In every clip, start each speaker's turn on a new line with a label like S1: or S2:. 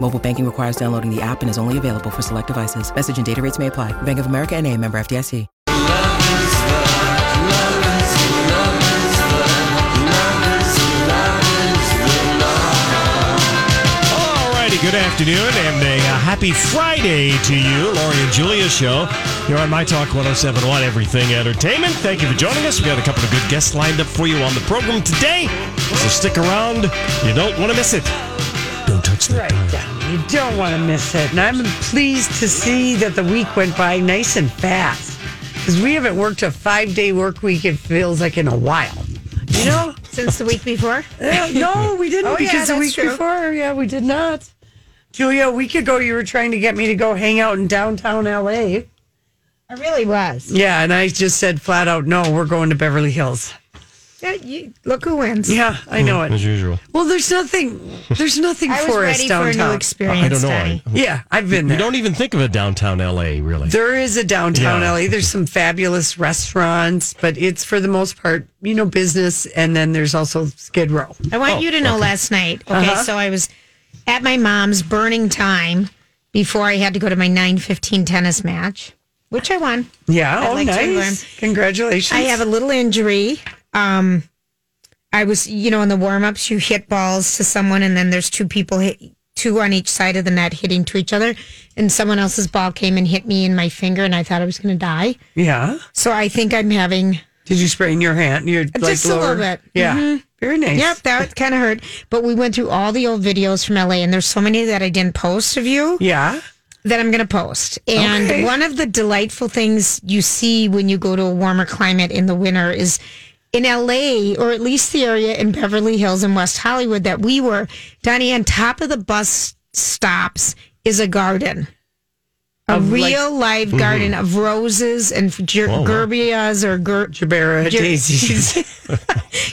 S1: Mobile banking requires downloading the app and is only available for select devices. Message and data rates may apply. Bank of America and a member FDIC.
S2: Alrighty, good afternoon and a uh, happy Friday to you, Laurie and Julia show. Here on My Talk 1071, Everything Entertainment. Thank you for joining us. we got a couple of good guests lined up for you on the program today. So stick around. You don't want to miss it. Don't touch that.
S3: Right down. You don't want to miss it. And I'm pleased to see that the week went by nice and fast because we haven't worked a five day work week, it feels like, in a while. You know?
S4: since the week before.
S3: Uh, no, we didn't
S4: Oh, yeah,
S3: because the
S4: that's
S3: week
S4: true.
S3: before, yeah, we did not. Julia, a week ago, you were trying to get me to go hang out in downtown LA.
S4: I really was.
S3: Yeah, and I just said flat out, no, we're going to Beverly Hills.
S4: Yeah, you- look who wins.
S3: Yeah, I know
S5: Hmm,
S2: As
S3: it.
S2: usual.
S3: Well, there's nothing, there's nothing
S4: I was
S3: for us
S4: ready for a new
S3: downtown.
S4: experience.
S2: I don't know.
S4: Donnie.
S2: I,
S3: yeah, I've been
S2: we
S3: there.
S2: don't even think of a downtown LA, really.
S3: There is a downtown
S2: Yeah.
S3: LA. There's some fabulous restaurants, but it's for the most part, you know, business. And then there's also Skid Row.
S4: I want
S2: Oh,
S4: you to know last night. Okay, so I was at my mom's burning time before I had to go to my 9:15 tennis match, which I won.
S3: Yeah,
S4: I'd
S3: oh,
S4: like to
S3: nice. Congratulations.
S4: I have a little injury. Um I was, you know, in the warm-ups you hit balls to someone and then there's two people hit two on each side of the net hitting to each other and someone else's ball came and hit me in my finger and I thought I was going to die.
S3: yeah.
S4: So I think I'm having
S3: Did you sprain your hand? Your like,
S4: Just a
S3: lower-
S4: little bit. Mm-hmm.
S3: Yeah. Very nice.
S4: Yep, that kind of hurt. But we went through all the old videos from LA, and there's so many that I didn't post of you
S3: Yeah.
S4: that I'm going to post. And
S3: Okay.
S4: one of the delightful things you see when you go to a warmer climate in the winter is in LA, or at least the area in Beverly Hills and West Hollywood that we were, Donnie, on top of the bus stops is a garden. A
S3: Of, like- Mm-hmm. Oh,
S4: real live garden of roses and ger-
S2: wow.
S4: gerbias or ger-
S3: Jabera
S4: Jer-
S3: daisies.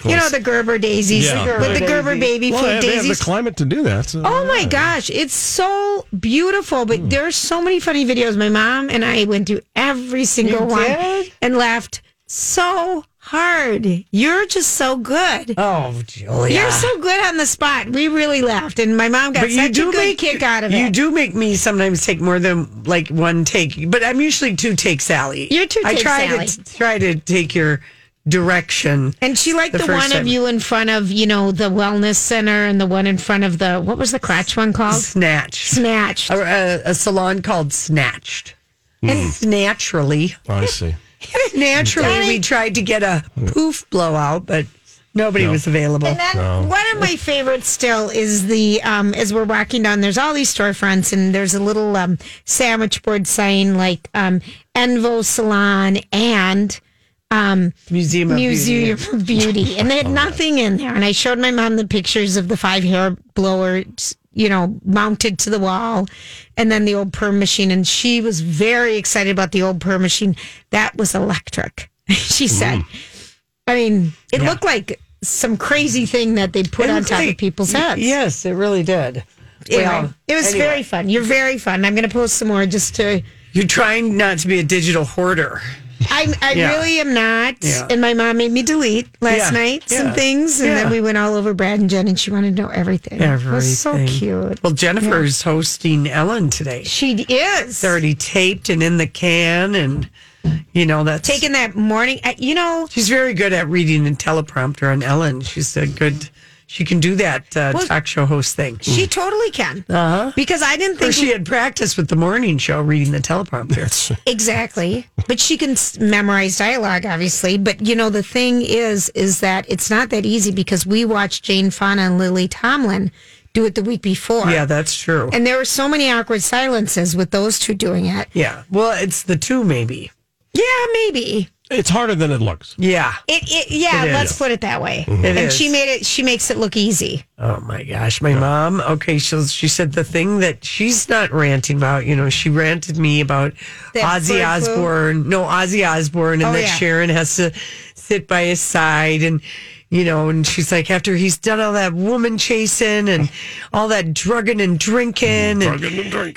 S4: you know the Gerber daisies
S2: Yeah. The Gerber
S4: with the Gerber
S3: daisies.
S4: baby
S2: well,
S4: food
S2: they, they have the
S4: daisies.
S2: climate to do that. so-
S4: Oh my gosh, it's so beautiful.
S3: Hmm.
S4: But there are so many funny videos. My mom and I went through every single
S3: You
S4: one
S3: did?
S4: and laughed so hard. You're just so good.
S3: oh, Julia.
S4: You're so good on the spot. We really laughed, and my mom got
S3: but you
S4: such
S3: do
S4: a good
S3: make
S4: kick out of
S3: You
S4: it.
S3: do make me sometimes take more than like one take, but I'm usually two take Sally.
S4: You're two
S3: I
S4: take
S3: try
S4: Sally.
S3: to try to take your direction.
S4: And she liked
S3: The
S4: the,
S3: first
S4: one
S3: time.
S4: of you in front of you know the wellness center, and the one in front of the what was the crotch one called?
S3: Snatch.
S4: Snatched.
S3: a, a, a salon called Snatched. And naturally,
S2: Oh, I see.
S3: naturally, we tried to get a poof blowout, but nobody was available.
S4: And then one of my favorites still is the um, as we're walking down. There's all these storefronts, and there's a little um, sandwich board sign like um, Envo Salon and um,
S3: Museum Oh, of Beauty.
S4: Museum of Beauty, and they had nothing in there. And I showed my mom the pictures of the five hair blowers, you know, mounted to the wall, and then the old perm machine. And she was very excited about the old perm machine. That was electric, she said. I mean, it looked like some crazy thing that they put
S3: It
S4: on
S3: looked
S4: top
S3: like-
S4: of people's heads.
S3: Yes, it really did.
S4: Anyway,
S3: Well,
S4: it was
S3: anyway.
S4: very fun. You're very fun. I'm going to post some more just to.
S3: You're trying not to be a digital hoarder.
S4: I, I
S3: Yeah.
S4: really am not.
S3: Yeah.
S4: And my mom made me delete last
S3: Yeah.
S4: night some
S3: Yeah.
S4: things. And
S3: Yeah.
S4: then we went all over Brad and Jen, and she wanted to know everything. It was so
S3: Everything.
S4: cute.
S3: Well, Jennifer's hosting Ellen today.
S4: She is.
S3: It's already taped and in the can, and you know that's
S4: Taking that morning, I- you know,
S3: She's very good at reading the teleprompter on Ellen. She's a good. she can do that uh,
S4: Well-
S3: talk show host thing.
S4: She totally can. Uh-huh. Because I didn't
S3: Or
S4: think
S3: she had practice with the morning show reading the teleprompter.
S4: Exactly. But she can s- memorize dialogue, obviously. But, you know, the thing is, is that it's not that easy because we watched Jane Fonda and Lily Tomlin do it the week before.
S3: yeah, that's true.
S4: And there were so many awkward silences with those two doing it.
S3: yeah. Well, it's the two maybe.
S4: Yeah, maybe.
S2: It's harder than it looks.
S3: Yeah.
S4: It, it yeah,
S3: It is. Mm-hmm.
S4: let's put it that way. and
S3: is.
S4: she made it she makes it look easy.
S3: Oh my gosh, my mom. Okay, so she said the thing that she's not ranting about. You know, she ranted me about
S4: That
S3: Ozzy
S4: bird flu?
S3: Osbourne. No, Ozzy Osbourne, and
S4: Oh,
S3: that
S4: yeah.
S3: Sharon has to sit by his side, and you know, and she's like, after he's done all that woman chasing and all that drugging and drinking, and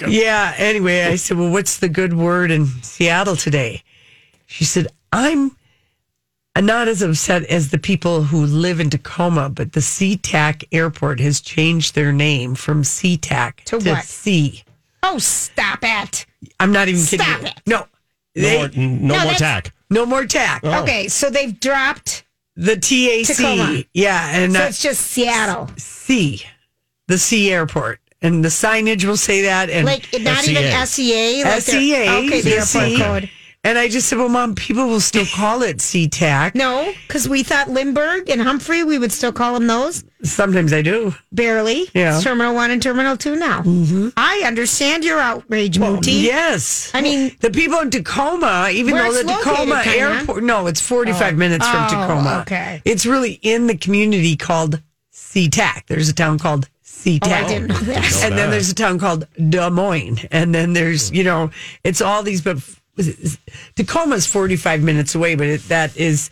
S3: yeah. Anyway, I said, well, what's the good word in Seattle today? She said, I'm not as upset as the people who live in Tacoma, but the SeaTac airport has changed their name from SeaTac
S4: To
S3: to,
S4: what?
S3: C.
S4: Oh, stop it.
S3: I'm not even kidding.
S4: Stop
S3: you.
S4: it.
S3: No,
S2: No
S3: they,
S2: more, Oh. n- no
S4: No,
S2: more
S4: that's-
S2: tack.
S3: no more TAC.
S4: Okay, so they've dropped
S3: The TAC.
S4: Tacoma.
S3: Yeah, and
S4: so
S3: not
S4: it's just Seattle.
S3: C, the C airport, and the signage will say that. And
S4: Like not
S3: E
S2: SEA.
S4: even SEA. Like they're-
S3: SEA,
S4: Okay, the
S3: the
S4: airport
S3: C.
S4: code.
S3: and I just said, well, mom, people will still call it SeaTac.
S4: No, because we thought Lindbergh and Humphrey, we would still call them those.
S3: sometimes I do.
S4: Barely.
S3: Yeah.
S4: It's Terminal 1 and Terminal 2 now. Mm-hmm. I understand your outrage, Mooty.
S3: Yes.
S4: I mean-
S3: the people in Tacoma, even
S4: Where
S3: though the
S4: it's located,
S3: Tacoma
S4: kinda.
S3: airport, no, it's 45 minutes from
S4: Oh,
S3: Tacoma.
S4: okay.
S3: It's really in the community called SeaTac. There's a town called SeaTac.
S4: Oh, I didn't know that. Hmm.
S3: And then there's a town called Des Moines. And then there's, you know, it's all these, but was it- Tacoma's 45 minutes away, but it, that is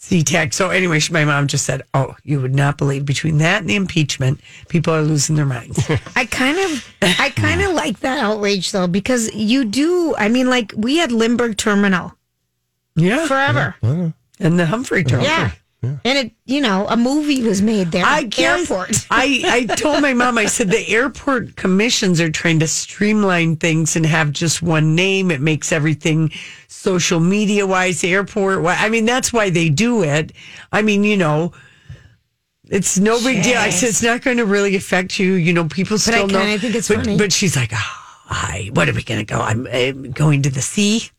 S3: SeaTac. So anyway, she- my mom just said, oh, you would not believe between that and the impeachment, people are losing their minds.
S4: I kind of, I kind of like that outrage though, because you do. I mean, like we had Lindbergh Terminal
S3: yeah.
S4: forever.
S3: And the Humphrey Terminal.
S4: Yeah. And it, you know, a movie was made there.
S3: Oh, I can't.
S4: Airport.
S3: I, I told my mom, I said, the airport commissions are trying to streamline things and have just one name. It makes everything social media wise, airport. wi- I mean, that's why they do it. I mean, you know, it's no big deal. I said, it's not going to really affect you. You know, people
S4: I
S3: still know.
S4: kinda think it's
S3: but,
S4: funny.
S3: but she's like, oh, hi, what are we going to go? I'm, i going to the sea.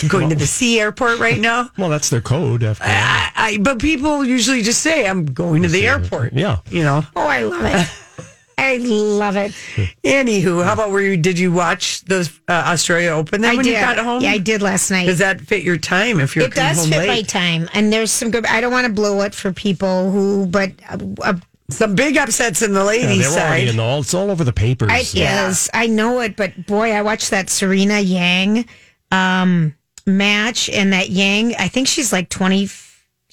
S3: I'm going to the sea airport right now.
S2: Well, that's their code. After
S3: I, I, but people usually just say, I'm going to the airport.
S2: Yeah.
S3: You know?
S4: oh, I love it. I love it.
S3: Anywho, how about were you? Did you watch the uh, Australia Open then
S4: I
S3: when
S4: did.
S3: you got home?
S4: Yeah, I did last night.
S3: Does that fit your time if you're
S4: it
S3: coming
S4: does
S3: home
S4: fit
S3: late?
S4: my time, and there's some good. I don't want to blow it for people who, but uh, uh,
S3: Some big upsets in the
S2: Yeah,
S3: ladies'
S2: they were already
S3: side.
S2: in all. It's all over the papers.
S4: it is. I know it, but boy, I watched that Serena Yang um, match, and that Yang. I think she's like twenty.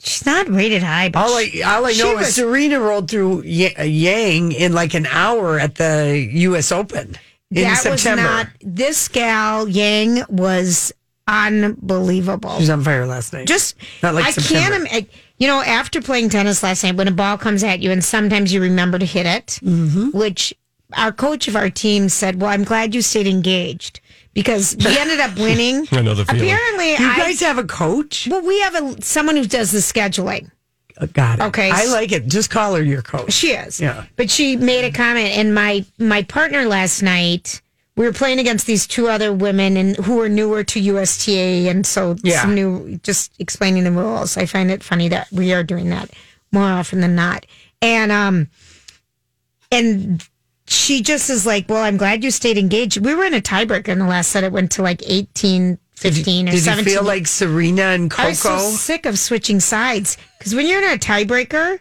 S4: She's not rated high, but
S3: all I, all I
S4: she
S3: know is
S4: was-
S3: Serena rolled through Y- Yang in like an hour at the U.S. Open in
S4: that
S3: September.
S4: was not. This gal Yang was unbelievable.
S3: she was on fire last night.
S4: just
S3: Not like
S4: I
S3: September.
S4: can't. im- I, you know, after playing tennis last night, when a ball comes at you, and sometimes you remember to hit it,
S3: Mm-hmm.
S4: which our coach of our team said, "Well, I'm glad you stayed engaged because we ended up winning."
S2: I know the feeling.
S4: Apparently,
S3: you
S4: I,
S3: guys have a coach?
S4: well, we have a someone who does the scheduling.
S3: Uh, Got it.
S4: Okay.
S3: I like it. Just call her your coach.
S4: She is.
S3: Yeah.
S4: But she made a comment, and my my partner last night. We were playing against these two other women and who were newer to USTA, and so
S3: Yeah.
S4: some new just explaining the rules. I find it funny that we are doing that more often than not. And um, and she just is like, "Well, I'm glad you stayed engaged." We were in a tiebreaker in the last set. It went to like 18, 15 or
S3: Did you
S4: 17.
S3: feel like Serena and
S4: I
S3: Coco?
S4: was so sick of switching sides because when you're in a tiebreaker,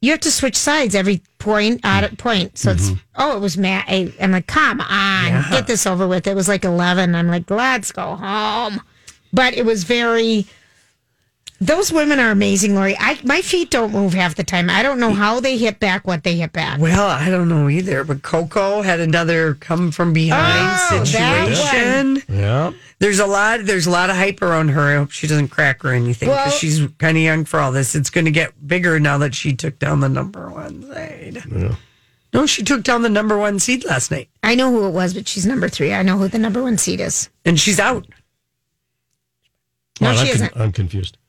S4: you have to switch sides every point out of point. So it's oh, it was Matt. I, I'm like, come on, get this over with. It was like eleven. I'm like, let's go home. But it was very. Those women are amazing, Lori. I my feet don't move half the time. I don't know how they hit back what they hit back.
S3: Well, I don't know either, but Coco had another come from behind
S4: Oh, that
S3: situation.
S2: Yeah.
S3: There's a lot. There's a lot of hype around her. I hope she doesn't crack or anything because
S4: Well-
S3: she's kind of young for all this. It's going to get bigger now that she took down the number one seed. No, she took down the number one seed last night,
S4: I know who it was, but she's number three. I know who the number one seed is.
S3: and she's out.
S4: No,
S2: Well,
S4: she
S2: I'm, con-
S4: isn't.
S2: I'm confused.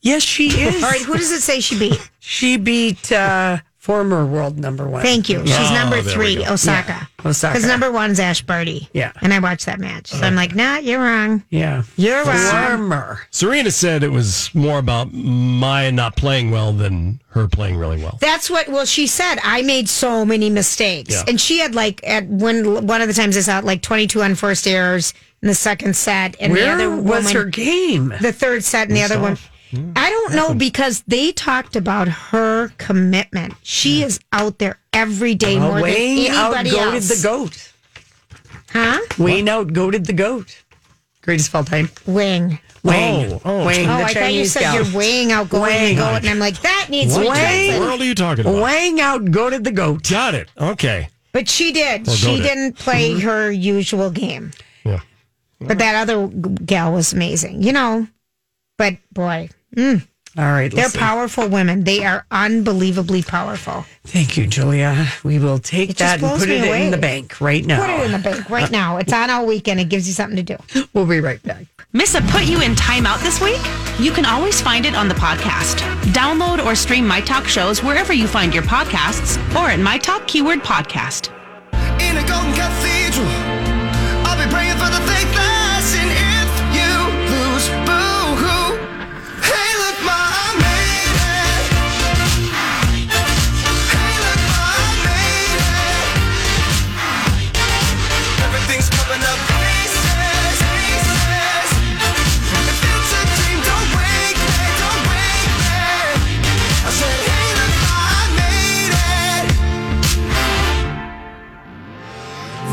S3: Yes, she is.
S4: All right, who does it say she beat?
S3: She beat uh, former world number one.
S4: Thank you. She's
S2: Oh,
S4: number
S2: there we
S4: three,
S2: go.
S4: Osaka.
S3: Yeah, Osaka.
S4: Because number one's Ash Barty.
S3: Yeah.
S4: And I watched that match. So I'm like, nah, you're wrong.
S3: Yeah.
S4: You're wrong.
S3: Former.
S2: Serena said it was more about Maya not playing well than her playing really well.
S4: That's what, well, she said, I made so many mistakes.
S2: Yeah.
S4: And she had like, at one, one of the times I saw it, like 22 unforced errors in the second set. And the
S3: Where
S4: other
S3: was
S4: woman,
S3: her game?
S4: the third set and the other one. I don't know because they talked about her commitment.
S3: Hmm.
S4: She is out there every day more than
S3: Wayne
S4: anybody
S3: outgoated
S4: else.
S3: Uh, the goat.
S4: huh?
S3: Wayne outgoated the goat. Greatest of all time.
S4: Wing.
S3: Wang.
S2: Oh, oh.
S3: Wang,
S4: Oh,
S3: the
S4: I thought you
S3: Chinese
S4: said
S3: gal.
S4: you're weighing out going
S3: Weighing.
S4: and going, and I'm like, that needs to be
S3: Weighing.
S4: translated.
S2: world are you talking about?
S3: Wang outgoated the goat.
S2: Got it. Okay.
S4: But she did.
S2: Or
S4: she
S2: goaded.
S4: didn't play
S3: Mm-hmm.
S4: her usual game.
S2: Yeah.
S4: But that other g- gal was amazing, you know. But boy,
S3: All right.
S4: they're
S3: listen.
S4: powerful women. They are unbelievably powerful.
S3: Thank you, Julia. We will take
S4: It just
S3: that and
S4: blows
S3: put it
S4: me away.
S3: in the bank right now.
S4: Put it in the bank right now. It's on all weekend. It gives you something to do.
S3: We'll be right back.
S6: Missa put you in timeout this week? You can always find it on the podcast. Download or stream My Talk shows wherever you find your podcasts or at My Talk Keyword Podcast.
S7: in a golden cathedral. I'll be praying for the fake glass, and if you lose, boo hoo. Hey, look, ma, I made it. Hey, look, ma, I made it. Everything's coming up. pieces, pieces. If it's a dream, don't wake me, don't wake me. I said, hey, look, ma, I made it.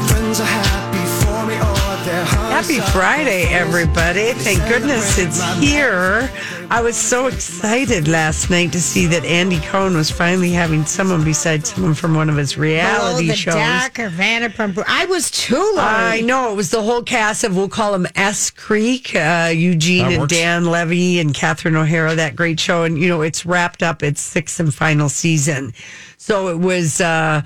S7: Friends are happy for me or they're
S3: Happy Friday, everybody. Thank goodness it's here. I was so excited last night to see that Andy Cohen was finally having someone besides someone from one of his
S4: Below
S3: reality
S4: the
S3: shows.
S4: deck or Vanderpump. Ru- I was too low.
S3: I know it was the whole cast of we'll call them S Creek, uh, Eugene
S2: That
S3: and
S2: works.
S3: Dan Levy and Catherine O'Hara. That great show, and you know it's wrapped up its sixth and final season. So it was uh,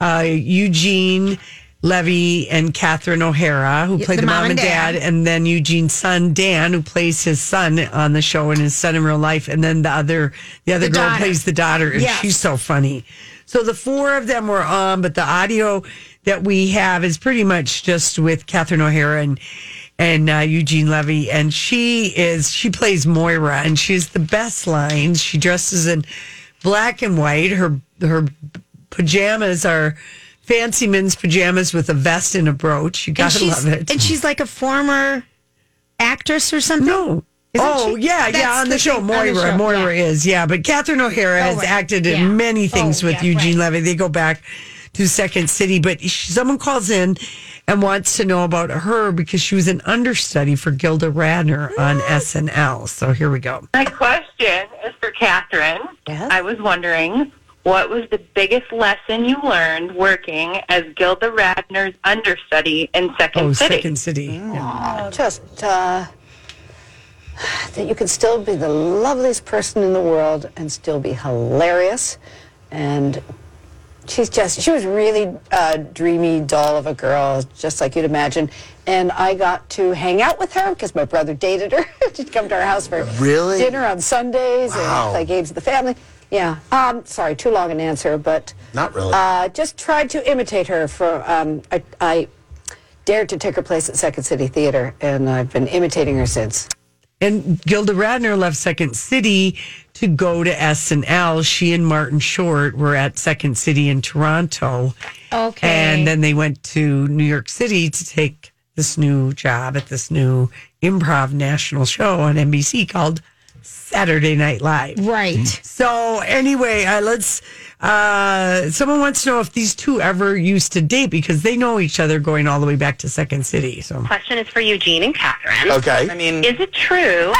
S3: uh, Eugene Levy and Catherine O'Hara who played the, mom, and dad, and then Eugene's son Dan who plays his son on the show and his son in real life, and then the other the other
S4: The
S3: girl
S4: daughter.
S3: plays the daughter, and
S4: Yes.
S3: she's so funny. So the four of them were on, but the audio that we have is pretty much just with Catherine O'Hara and and uh, Eugene Levy, and she is she plays Moira, and she has the best lines. She dresses in black and white. Her her pajamas are fancy men's pajamas with a vest and a brooch. You
S4: and
S3: gotta
S4: she's,
S3: love it.
S4: and she's like a former actress or something.
S3: No.
S4: Isn't
S3: oh
S4: she?
S3: yeah,
S4: That's
S3: yeah. On the,
S4: the
S3: show,
S4: thing- on
S3: Moira,
S4: the show,
S3: Moira
S4: yeah. Oh,
S3: is yeah. But Catherine O'Hara has
S4: right,
S3: acted
S4: yeah.
S3: in many things
S4: Oh,
S3: with
S4: yeah,
S3: Eugene
S4: right.
S3: Levy. They go back to Second City, but she, someone calls in and wants to know about her because she was an understudy for Gilda Radner on SNL. So here we go.
S8: My question is for Catherine. I was wondering what was the biggest lesson you learned working as Gilda Radner's understudy in Second
S3: Oh,
S8: City?
S3: Second City. Yeah.
S9: just uh, that you can still be the loveliest person in the world and still be hilarious. And she's just, she was really a dreamy doll of a girl, just like you'd imagine. And I got to hang out with her because my brother dated her. She'd come to our house for
S7: Really?
S9: dinner on Sundays and play games with the family. Yeah. Um, sorry, too long an answer, but
S7: Not really.
S9: uh, just tried to imitate her for um, I, I dared to take her place at Second City Theater, and I've been imitating her since.
S3: And Gilda Radner left Second City to go to SNL. She and Martin Short were at Second City in Toronto.
S4: Okay.
S3: And then they went to New York City to take this new job at this new improv national show on NBC called Saturday Night Live.
S4: right.
S3: Mm-hmm. So anyway, uh, let's. Uh, someone wants to know if these two ever used to date because they know each other going all the way back to Second City. So
S10: question is for Eugene and Catherine.
S7: Okay.
S9: I mean,
S10: Is it true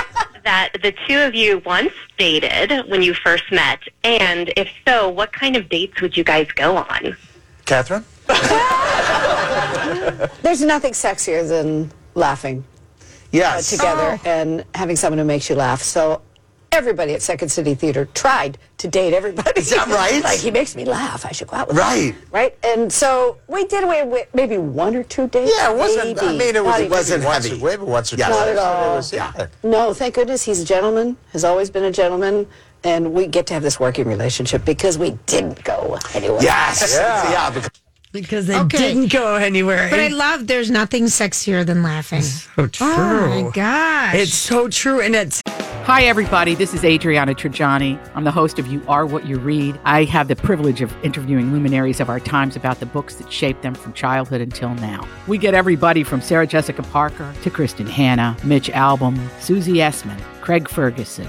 S10: that the two of you once dated when you first met? And if so, what kind of dates would you guys go on?
S9: uh,
S7: Catherine?
S9: there's nothing sexier than laughing uh,
S7: Yes.
S9: together
S10: Oh.
S9: and having someone who makes you laugh. So everybody at Second City Theater tried to date everybody. Is
S7: that right?
S9: like he makes me laugh. I should go out with
S7: Right.
S9: him. Right. And so we did. We, we maybe one or two dates.
S7: Yeah, it wasn't. I
S9: maybe.
S7: mean, it,
S9: Not
S7: was, it
S9: even.
S7: wasn't heavy. Once or, once or yes.
S9: Not at all.
S7: yeah.
S9: No, thank goodness he's a gentleman. Has always been a gentleman, and we get to have this working relationship because we didn't go anywhere.
S7: Yes. Yeah. because
S3: because they
S4: Okay.
S3: didn't go anywhere.
S4: But I
S3: It's
S4: love there's nothing sexier than laughing.
S3: so true.
S4: Oh my gosh.
S3: It's so true. And it's
S11: Hi, everybody. This is Adriana Trajani. I'm the host of You Are What You Read. I have the privilege of interviewing luminaries of our times about the books that shaped them from childhood until now. We get everybody from Sarah Jessica Parker to Kristen Hanna, Mitch Albom, Susie Essman, Craig Ferguson,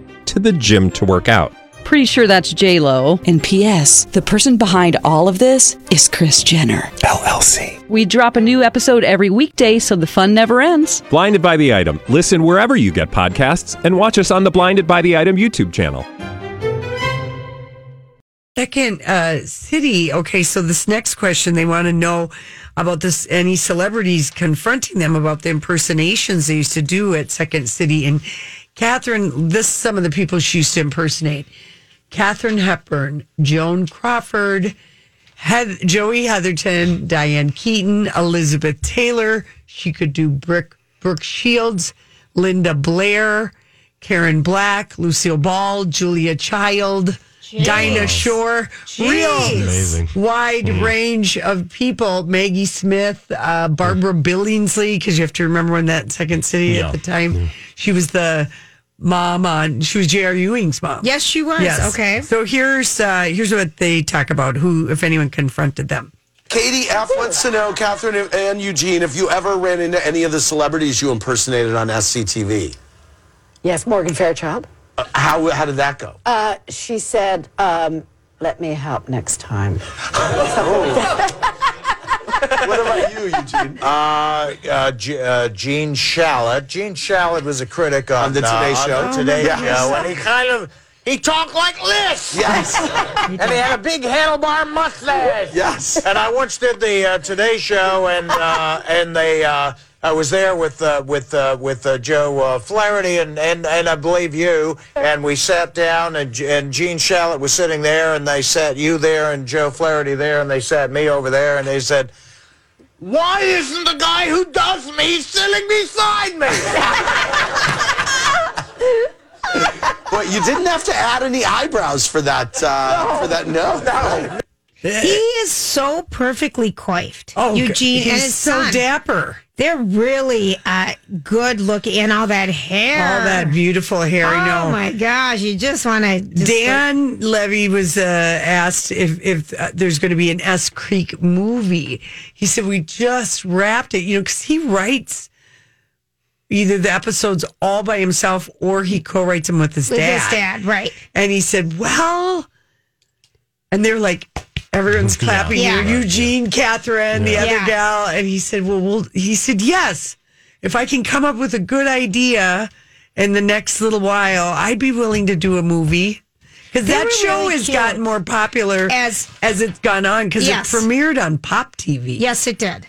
S12: to the gym to work out.
S13: Pretty sure that's J Lo. And P.S. The person behind all of this is Chris Jenner LLC. We drop a new episode every weekday, so the fun never ends.
S12: Blinded by the item. Listen wherever you get podcasts, and watch us on the Blinded by the Item YouTube channel.
S3: second uh, city. Okay, so this next question they want to know about this any celebrities confronting them about the impersonations they used to do at Second City. And Catherine, this is some of the people she used to impersonate: Catherine Hepburn, Joan Crawford, Heath- Joey Heatherton, Diane Keaton, Elizabeth Taylor. She could do Brooke, Brooke Shields, Linda Blair, Karen Black, Lucille Ball, Julia Child, Dinah Shore. Real
S2: Amazing. Mm-hmm.
S3: wide range of people. Maggie Smith, uh, Barbara Billingsley, because you have to remember when that Second City
S2: Yeah.
S3: at the time, she was the mom on, she was J.R. Ewing's mom.
S4: yes, she was.
S3: Yes.
S4: Okay.
S3: So here's uh, here's what they talk about. Who, if anyone confronted them,
S7: Katie F wants to know, Catherine and Eugene, if you ever ran into any of the celebrities you impersonated on SCTV.
S9: Yes, Morgan Fairchild.
S7: Uh, How, how did that go?
S9: Uh, she said, um, "Let me help next time."
S7: what about you, Eugene?
S14: Uh, uh, G- uh, Gene Shalit. Gene Shalit was a critic on,
S7: On the Today
S14: uh, on
S7: Show.
S14: the
S7: Oh,
S14: Today
S7: my
S14: Show,
S7: goodness.
S14: and he kind of he talked like this.
S7: Yes.
S14: and he had a big handlebar mustache.
S7: Yes.
S14: And I once did the uh, Today Show, and uh, and they. Uh, I was there with uh, with uh, with uh, Joe uh, Flaherty and, and, and I believe you, and we sat down, and G- and Gene Shalit was sitting there, and they sat you there, and Joe Flaherty there, and they sat me over there, and they said, "Why isn't the guy who does me sitting beside me?"
S7: But you didn't have to add any eyebrows for that. Uh, For that, no. No.
S4: He is so perfectly coiffed. Eugene
S3: Oh, he's
S4: and his
S3: so
S4: son.
S3: dapper.
S4: They're really uh, good looking, and all that hair.
S3: All that beautiful hair. I know.
S4: Oh my gosh! You just want to
S3: Dan Levy was uh, asked if if uh, there's going to be an S Creek movie. He said we just wrapped it, you know, because he writes either the episodes all by himself or he co-writes them with his
S4: with
S3: dad.
S4: his dad, right?
S3: And he said, "Well," and they're like, everyone's clapping.
S4: Yeah.
S3: You, Eugene, Catherine, the other
S4: Yeah.
S3: gal, and he said, "Well, we'll." He said, "Yes, if I can come up with a good idea in the next little while, I'd be willing to do a movie." Because
S4: They
S3: that
S4: were
S3: show
S4: really
S3: has
S4: cute.
S3: gotten more popular
S4: As-
S3: as it's gone on because
S4: Yes.
S3: it premiered on Pop TV.
S4: Yes, it did.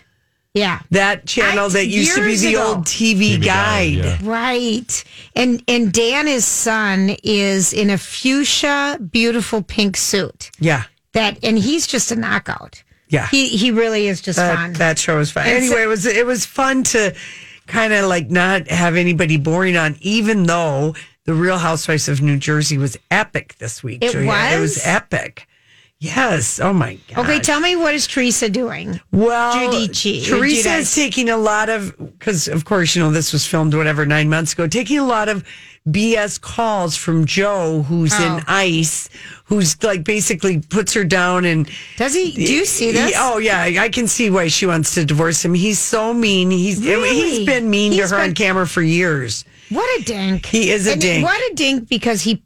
S4: Yeah.
S3: That channel
S4: I-
S3: that used to be
S4: years
S3: the
S4: ago.
S3: old TV, guide.
S2: yeah.
S4: Right. And and Dan his son is in a fuchsia beautiful pink suit.
S3: Yeah.
S4: That and he's just a knockout.
S3: Yeah.
S4: He he really is just
S3: that,
S4: fun.
S3: that show was fun.
S4: And
S3: Anyway,
S4: so-
S3: it was it was fun to kind of like not have anybody boring on, even though the Real Housewives of New Jersey was epic this week.
S4: It
S3: Julia. It
S4: was?
S3: was epic. Yes. Oh my god.
S4: okay, tell me what is Teresa doing?
S3: Well,
S4: Giudice.
S3: Teresa
S4: Giudice.
S3: is taking a lot of because, of course, you know this was filmed whatever nine months ago. Taking a lot of BS calls from Joe, who's
S4: Oh.
S3: in ICE, who's like basically puts her down and
S4: Does he do you see
S3: he-
S4: this?
S3: oh yeah, I I can see why she wants to divorce him. He's so mean. He's
S4: Really?
S3: he's been mean
S4: He's
S3: to her on
S4: been-
S3: camera for years.
S4: What a dink.
S3: He is a
S4: And
S3: dink.
S4: What a dink because he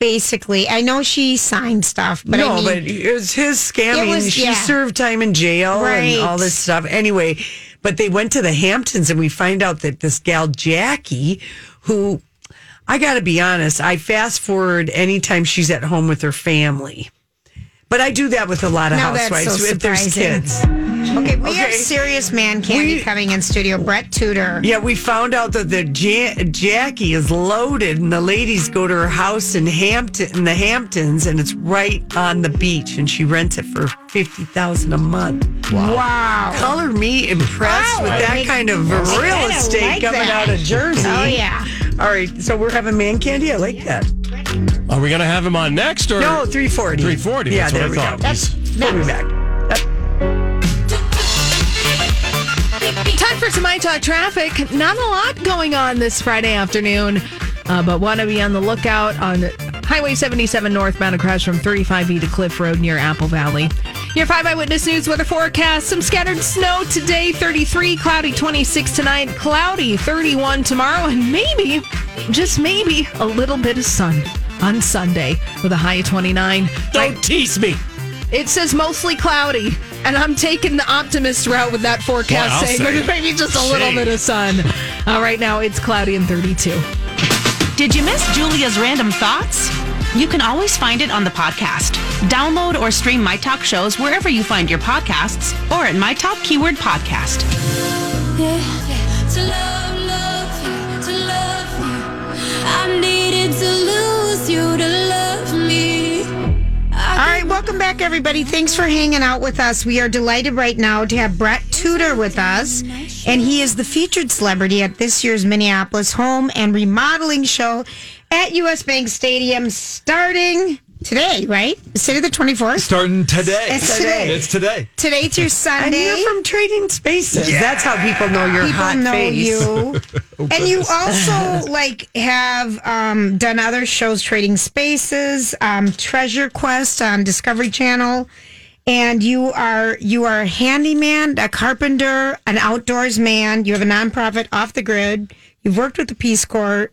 S4: basically I know she signed stuff, but
S3: no,
S4: I mean
S3: but it was his scamming.
S4: It was-
S3: she
S4: yeah.
S3: served time in jail
S4: Right.
S3: and all this stuff. Anyway, but they went to the Hamptons and we find out that this gal Jackie, who I got to be honest. I fast forward anytime she's at home with her family. But I do that with a lot of
S4: Now that's
S3: housewives
S4: so
S3: if there's
S4: surprising.
S3: kids.
S4: Okay, we have serious man candy coming in studio. Brett Tudor.
S3: Yeah, we found out that the ja- Jackie is loaded, and the ladies go to her house in Hampton, in the Hamptons, and it's right on the beach, and she rents it for fifty thousand a month.
S7: Wow. Oh,
S3: Color me impressed with that kind of
S7: I kinda
S3: real estate
S7: like
S3: coming
S7: that.
S3: out of Jersey.
S7: Oh, yeah.
S3: All right, so we're having man candy. I like that.
S2: Are we going to have him on next or
S3: No, 340.
S2: 340.
S3: Yeah,
S2: that's what
S3: there
S2: I
S3: we
S2: thought.
S3: go. That's- We'll be back.
S15: Time for some iTalk traffic. Not a lot going on this Friday afternoon, uh, but want to be on the lookout on Highway 77 northbound across from 35E to Cliff Road near Apple Valley. Your 5 Eyewitness News weather forecast. Some scattered snow today, 33, cloudy 26 tonight, cloudy 31 tomorrow, and maybe, just maybe, a little bit of sun on Sunday with a high of 29.
S2: Don't tease me.
S15: It says mostly cloudy, and I'm taking the optimist route with that
S7: Boy, I'll
S15: forecast
S7: say.
S15: saying maybe just a little
S7: Jeez.
S15: bit of sun. Uh, right now, it's cloudy and 32.
S6: Did you miss Julia's random thoughts? You can always find it on the podcast. Download or stream My Talk shows wherever you find your podcasts or at My Talk Keyword Podcast.
S7: To love, love you, to love you. I needed to lose you to love me.
S4: All right, welcome back, everybody. Thanks for hanging out with us. We are delighted right now to have Brett Tudor with us, and he is the featured celebrity at this year's Minneapolis Home and Remodeling Show at U.S. Bank Stadium starting today, right? City the 24th?
S5: Starting today.
S4: It's today.
S5: It's today.
S4: Today through Sunday.
S3: And you're from Trading Spaces. That's how people know your
S4: People
S3: hot
S4: know
S3: face. Oh,
S4: you. and you also like have um, done other shows trading spaces um, treasure quest on discovery channel and you are you are a handyman a carpenter an outdoors man you have a nonprofit off the grid you've worked with the peace corps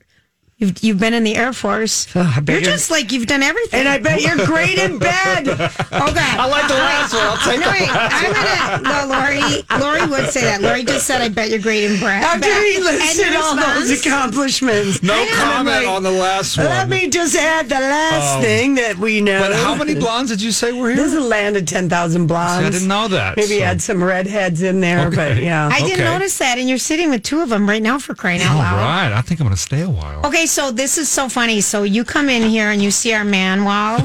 S4: You've, you've been in the Air Force.
S3: Oh, bet
S4: you're,
S3: you're-
S4: just like, you've done everything.
S3: And I bet you're great in bed.
S4: Oh, God.
S3: I like the last one. I'll take
S4: no,
S3: the
S4: wait.
S3: last
S4: I'm
S3: one.
S4: going to no, Lori. Lori would say that. Lori just said, "I bet you're great in breath."
S3: After he listed all those accomplishments.
S5: No
S3: I know.
S5: comment
S3: Like,
S5: on the last one.
S3: Let me just add the last
S5: Um,
S3: thing that we know.
S5: but how many blondes did you say were here?
S3: There's a land of 10,000 blondes.
S5: See, I didn't know that,
S3: Maybe
S5: so-
S3: add some redheads in there, but
S5: Okay.
S3: yeah.
S4: I didn't
S5: Okay.
S4: notice that, and you're sitting with two of them right now for crying out
S5: All
S4: loud.
S5: right. I think I'm going to stay a while.
S4: Okay, so this is so funny. So you come in here and you see our man wall,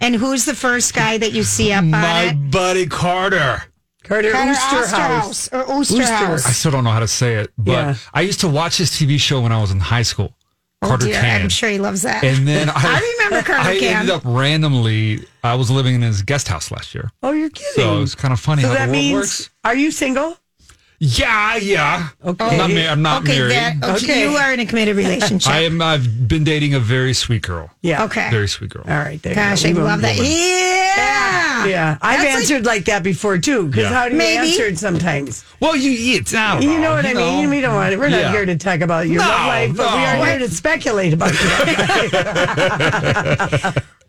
S4: and who's the first guy that you see up on
S5: My
S4: it?
S5: buddy Carter.
S3: Carter
S4: Carter
S3: Oosterhouse.
S4: Oosterhouse or Oosterhouse.
S5: I still don't know how to say it, but
S4: Yeah.
S5: I used to watch his TV show when I was in high school.
S4: Oh
S5: Carter
S4: dear,
S5: Can.
S4: I'm sure he loves that.
S5: And then I,
S4: I remember Carter
S5: I
S4: Can.
S5: ended up randomly. I was living in his guest house last year.
S3: Oh, you're kidding.
S5: So it's kind of funny
S3: So
S5: how
S3: that
S5: the world
S3: means,
S5: works.
S3: are you single?
S4: Oh.
S5: Yeah, yeah.
S3: Okay.
S5: I'm not, ma- I'm not
S4: okay,
S5: married.
S4: that- okay, you are in a committed relationship.
S5: I am. I've been dating a very sweet girl.
S3: Yeah.
S4: Okay.
S5: Very sweet girl.
S3: All right. There
S4: Gosh, I
S3: you go.
S4: love that. Yeah.
S3: Yeah. I've answered like, that before, too, because
S5: Yeah.
S3: how do you
S4: Maybe.
S3: answer it sometimes?
S5: Well, you it's not.
S3: You know what I mean? We don't want it. We're not here to talk about your
S5: No,
S3: love life, but we
S5: no.
S3: are here to speculate about your love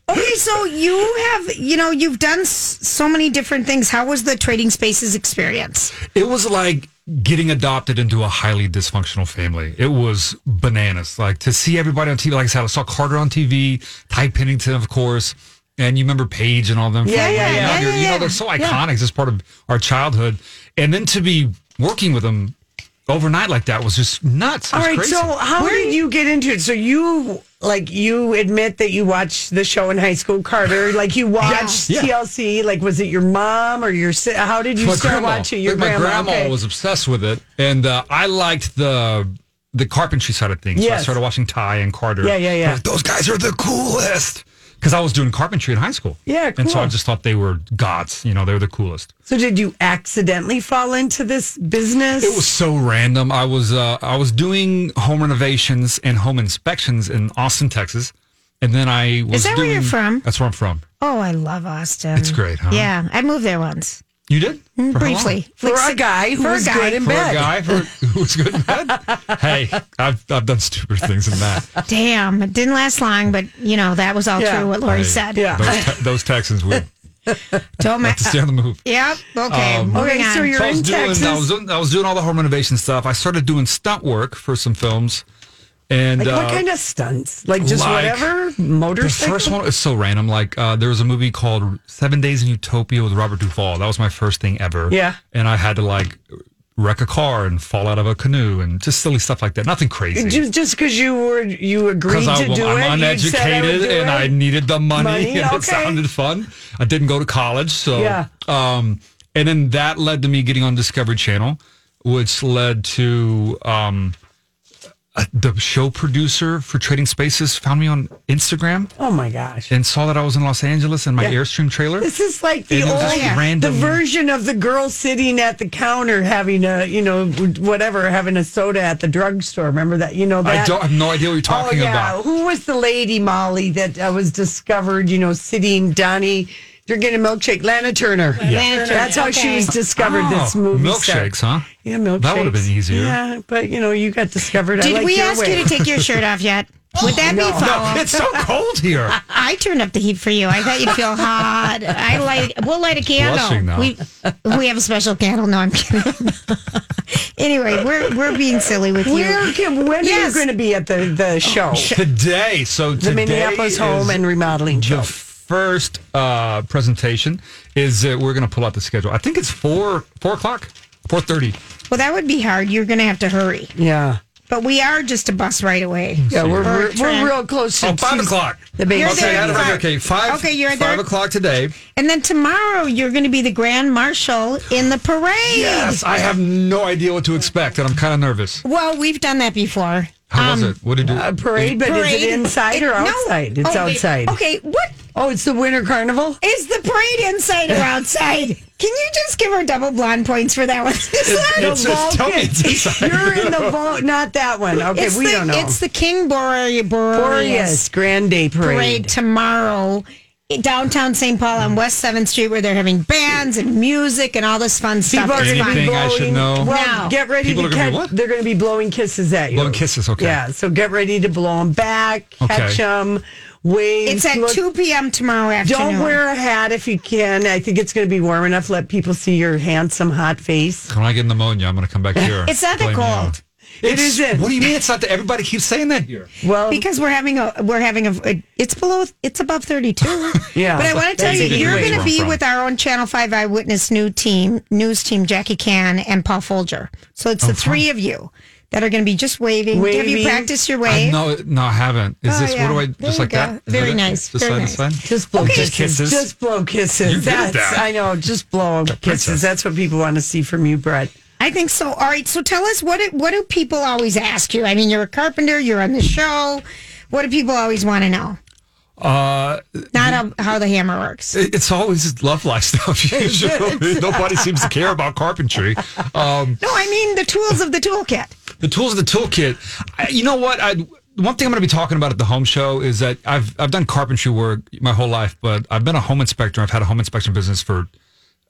S4: Okay, so you have, you know, you've done s- so many different things. How was the trading spaces experience?
S5: It was like getting adopted into a highly dysfunctional family. It was bananas. Like to see everybody on TV. Like I said, I saw Carter on TV, Ty Pennington, of course, and you remember Paige and all them. from
S7: Yeah,
S5: when
S7: yeah,
S5: we were
S7: yeah,
S5: younger.
S7: yeah,
S5: You
S7: yeah.
S5: know, they're so
S7: Yeah.
S5: iconic. It's part of our childhood, and then to be working with them overnight like that was just nuts. It
S3: All
S5: was
S3: right,
S5: crazy.
S3: so how did you get into it? So you like you admit that you watched the show in high school, Carter. Like you watched
S5: Yeah.
S3: TLC. Like was it your mom or your si- how did you
S5: my
S3: start
S5: grandma.
S3: watching your
S5: Like,
S3: grandma?
S5: My grandma
S3: Okay.
S5: was obsessed with it, and uh, I liked the the carpentry side of things. So I
S3: Yes.
S5: started watching Ty and Carter.
S3: Yeah, yeah, yeah.
S5: I was like, Those guys are the coolest because I was doing carpentry in high school.
S3: Yeah,
S5: and so I
S3: cool.
S5: just thought they were gods. You know, they were the coolest.
S3: so did you accidentally fall into this business?
S5: It was so random. I was uh, I was doing home renovations and home inspections in Austin, Texas, and then I was.
S4: that where you're
S5: doing-
S4: from?
S5: That's where I'm from.
S4: Oh, I love Austin.
S5: It's great, huh?
S4: Yeah, I moved there once.
S5: You
S4: Mm,
S5: did For how long?
S4: briefly.
S3: for
S4: Like
S3: a
S4: six-
S3: guy who
S4: for a
S3: was
S4: guy.
S3: good in
S5: for
S3: bed.
S5: a guy for, who was good in bed. hey, I've I've done stupider things than that.
S4: Damn, it didn't last long, but you know, that was all
S5: Yeah.
S4: true what Lori
S5: Hey,
S4: said.
S5: Those, te- those Texans would
S4: Don't
S5: have to stay on the move.
S4: Yep. Okay.
S5: Um,
S4: moving on.
S5: I was doing, I was, doing, I was doing all the home renovation stuff. I started doing stunt work for some films, And
S3: Like, what
S5: uh,
S3: kind of stunts? Like just whatever motorcycle.
S5: The first one is so random. Like uh, there was a movie called Seven Days in Utopia with Robert Duvall. That was my first thing ever.
S3: Yeah.
S5: and I had to like wreck a car and fall out of a canoe and just silly stuff like that. Nothing crazy.
S3: Just just because you were you agreed
S5: Because
S3: to
S5: I,
S3: do it,
S5: am
S3: you said I would
S5: uneducated
S3: do
S5: and
S3: it.
S5: I needed the money,
S3: Money,
S5: and
S3: okay.
S5: it sounded fun. I didn't go to college, so
S3: Yeah.
S5: Um, and then that led to me getting on Discovery Channel, which led to um, uh, the show producer for Trading Spaces found me on Instagram.
S3: Oh my gosh!
S5: And saw that I was in Los Angeles in my
S3: Yeah.
S5: Airstream trailer.
S3: This is like the
S5: And it was just
S3: old,
S5: random-
S3: the version of the girl sitting at the counter having a, you know, whatever, having a soda at the drugstore. Remember that? You know that.
S5: I don't I have no idea what you're
S3: Oh
S5: talking
S3: yeah,
S5: about.
S3: who was the lady Molly that uh, was discovered? You know, sitting Donnie drinking a milkshake. Lana Turner.
S5: Yeah. Lana Turner,
S3: That's how she
S5: okay.
S3: was discovered. this
S5: Oh,
S3: movie.
S5: milkshakes,
S3: star.
S5: huh?
S3: Yeah, milkshakes.
S5: That would have been easier.
S3: Yeah, but you know, you got discovered. I
S4: Did
S3: like
S4: we
S3: your
S4: ask
S3: way.
S4: you to take your shirt off yet? Would that
S3: No.
S4: be
S3: No,
S4: foul?
S3: it's so
S5: cold here.
S4: I turned up the heat for you. I thought you'd feel hot. I light. We'll light a
S5: Blushing
S4: candle.
S5: now.
S4: We we have a special candle. No, I'm kidding. anyway, we're we're being silly with
S3: Where
S4: you.
S3: can, when are you
S4: Yes.
S3: going to be at the, the show?
S5: Today, so
S3: The
S5: today
S3: Minneapolis Home
S5: is
S3: and Remodeling Show.
S5: The first uh, presentation is uh, we're going to pull out the schedule. I think it's four four o'clock, four thirty.
S4: Well, that would be hard. You're going to have to hurry.
S3: Yeah.
S4: But we are just a bus right away.
S3: Yeah, we're-
S4: Or a
S3: we're- we're
S4: train.
S3: real close
S5: Oh, five o'clock.
S4: The big- You're
S5: okay,
S4: there
S5: Adam,
S4: at five.
S5: okay, five.
S4: Okay, you're
S5: five
S4: there.
S5: o'clock today.
S4: And then tomorrow you're going to be the grand marshal in the parade.
S5: Yes, I have no idea what to expect, and I'm kind of nervous.
S4: Well, we've done that before.
S5: How was it? What did you do?
S3: A parade, but is it
S4: Um, Parade.
S3: inside or
S4: No.
S3: outside? It's
S4: Oh, wait.
S3: outside.
S4: Okay, what
S3: Oh, it's the Winter Carnival?
S4: is the parade inside or outside? Can you just give her double blonde points for that one? It's not
S3: the Vulcan. You're in the Vulcan, not that one. Okay,
S4: It's
S3: we
S4: the-
S3: don't know.
S4: It's the King Boreas, Boreas
S3: Boreas Grand Day Parade.
S4: parade tomorrow in downtown St. Paul
S3: Hmm.
S4: on West 7th Street where they're having bands and music and all this fun stuff.
S3: People are
S4: It's
S3: going to be
S4: fun.
S5: Anything I
S3: blowing.
S5: should know?
S3: Well,
S4: No.
S3: get ready
S5: People
S3: to
S5: are gonna be
S3: catch.
S5: what?
S3: They're going to be blowing kisses at you.
S5: Blowing kisses, okay.
S3: Yeah, so get ready to blow them back,
S5: Okay.
S3: catch them, wave.
S4: It's at
S3: look-
S4: 2 p.m. tomorrow afternoon.
S3: Don't wear a hat if you can. I think it's going to be warm enough. Let people see your handsome, hot face.
S5: When I get pneumonia, I'm going to come back here.
S4: It's not that
S5: Blame you.
S4: cold.
S3: It isn't.
S5: What do you mean? It's not that everybody keeps saying that here.
S3: Well,
S4: because we're having a we're having a it's below it's above 32
S3: Yeah.
S4: but i want to tell
S3: That's
S4: you
S3: a good
S4: you're
S3: way.
S4: going to be with our own channel 5 eyewitness new team news team jackie can and paul folger so it's the three of you that are going to be just waving. have
S3: Oh, Waving.
S4: you practiced your
S5: I,
S4: wave
S5: no, no, I haven't. Is
S4: Oh,
S5: this
S4: yeah.
S5: what do I
S4: There
S5: just
S4: you
S5: like
S4: go.
S5: that? Is
S4: Very
S5: that it?
S4: nice,
S5: Just
S4: very
S5: side
S4: nice.
S5: to side.
S3: Just blow
S4: Okay.
S3: kisses.
S4: Just
S5: kisses.
S3: Just blow kisses.
S5: You did
S3: That's
S5: that.
S3: I know. Just blow kisses.
S5: princess.
S3: That's what people want to see from you, Brett.
S4: i think so all right so tell us what do, what do people always ask you i mean you're a carpenter you're on the show what do people always want to know
S5: Uh,
S4: not how, how the hammer works
S5: It- It's always love life stuff. Usually, nobody seems to care about carpentry. Um,
S4: no i mean the tools of the toolkit
S5: the tools of the toolkit. I, you know what? I one thing I'm going to be talking about at the home show is that I've I've done carpentry work my whole life, but I've been a home inspector. I've had a home inspection business for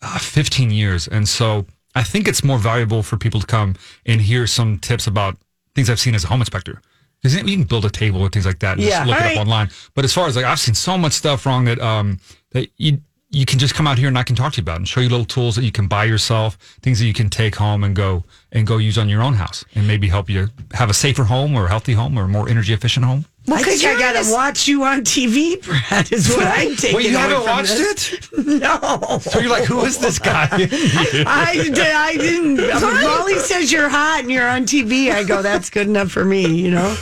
S5: uh, 15 years, and so I think it's more valuable for people to come and hear some tips about things I've seen as a home inspector. 'Cause You can build a table and things like that. And
S3: Yeah.
S5: just look
S3: All
S5: it up
S3: right.
S5: online. But as far as like I've seen so much stuff wrong that um that you you can just come out here and I can talk to you about it and show you little tools that you can buy yourself, things that you can take home and go and go use on your own house and maybe help you have a safer home or a healthy home or a more energy efficient home.
S3: I think I gotta watch you on TV, Brad. Is what I'm taking.
S5: Well, you
S3: away
S5: haven't
S3: from
S5: watched
S3: this. No.
S5: So you're like, who is this guy?
S3: I, did- I didn't. When Molly says you're hot and you're on TV, I go, that's good enough for me, you know?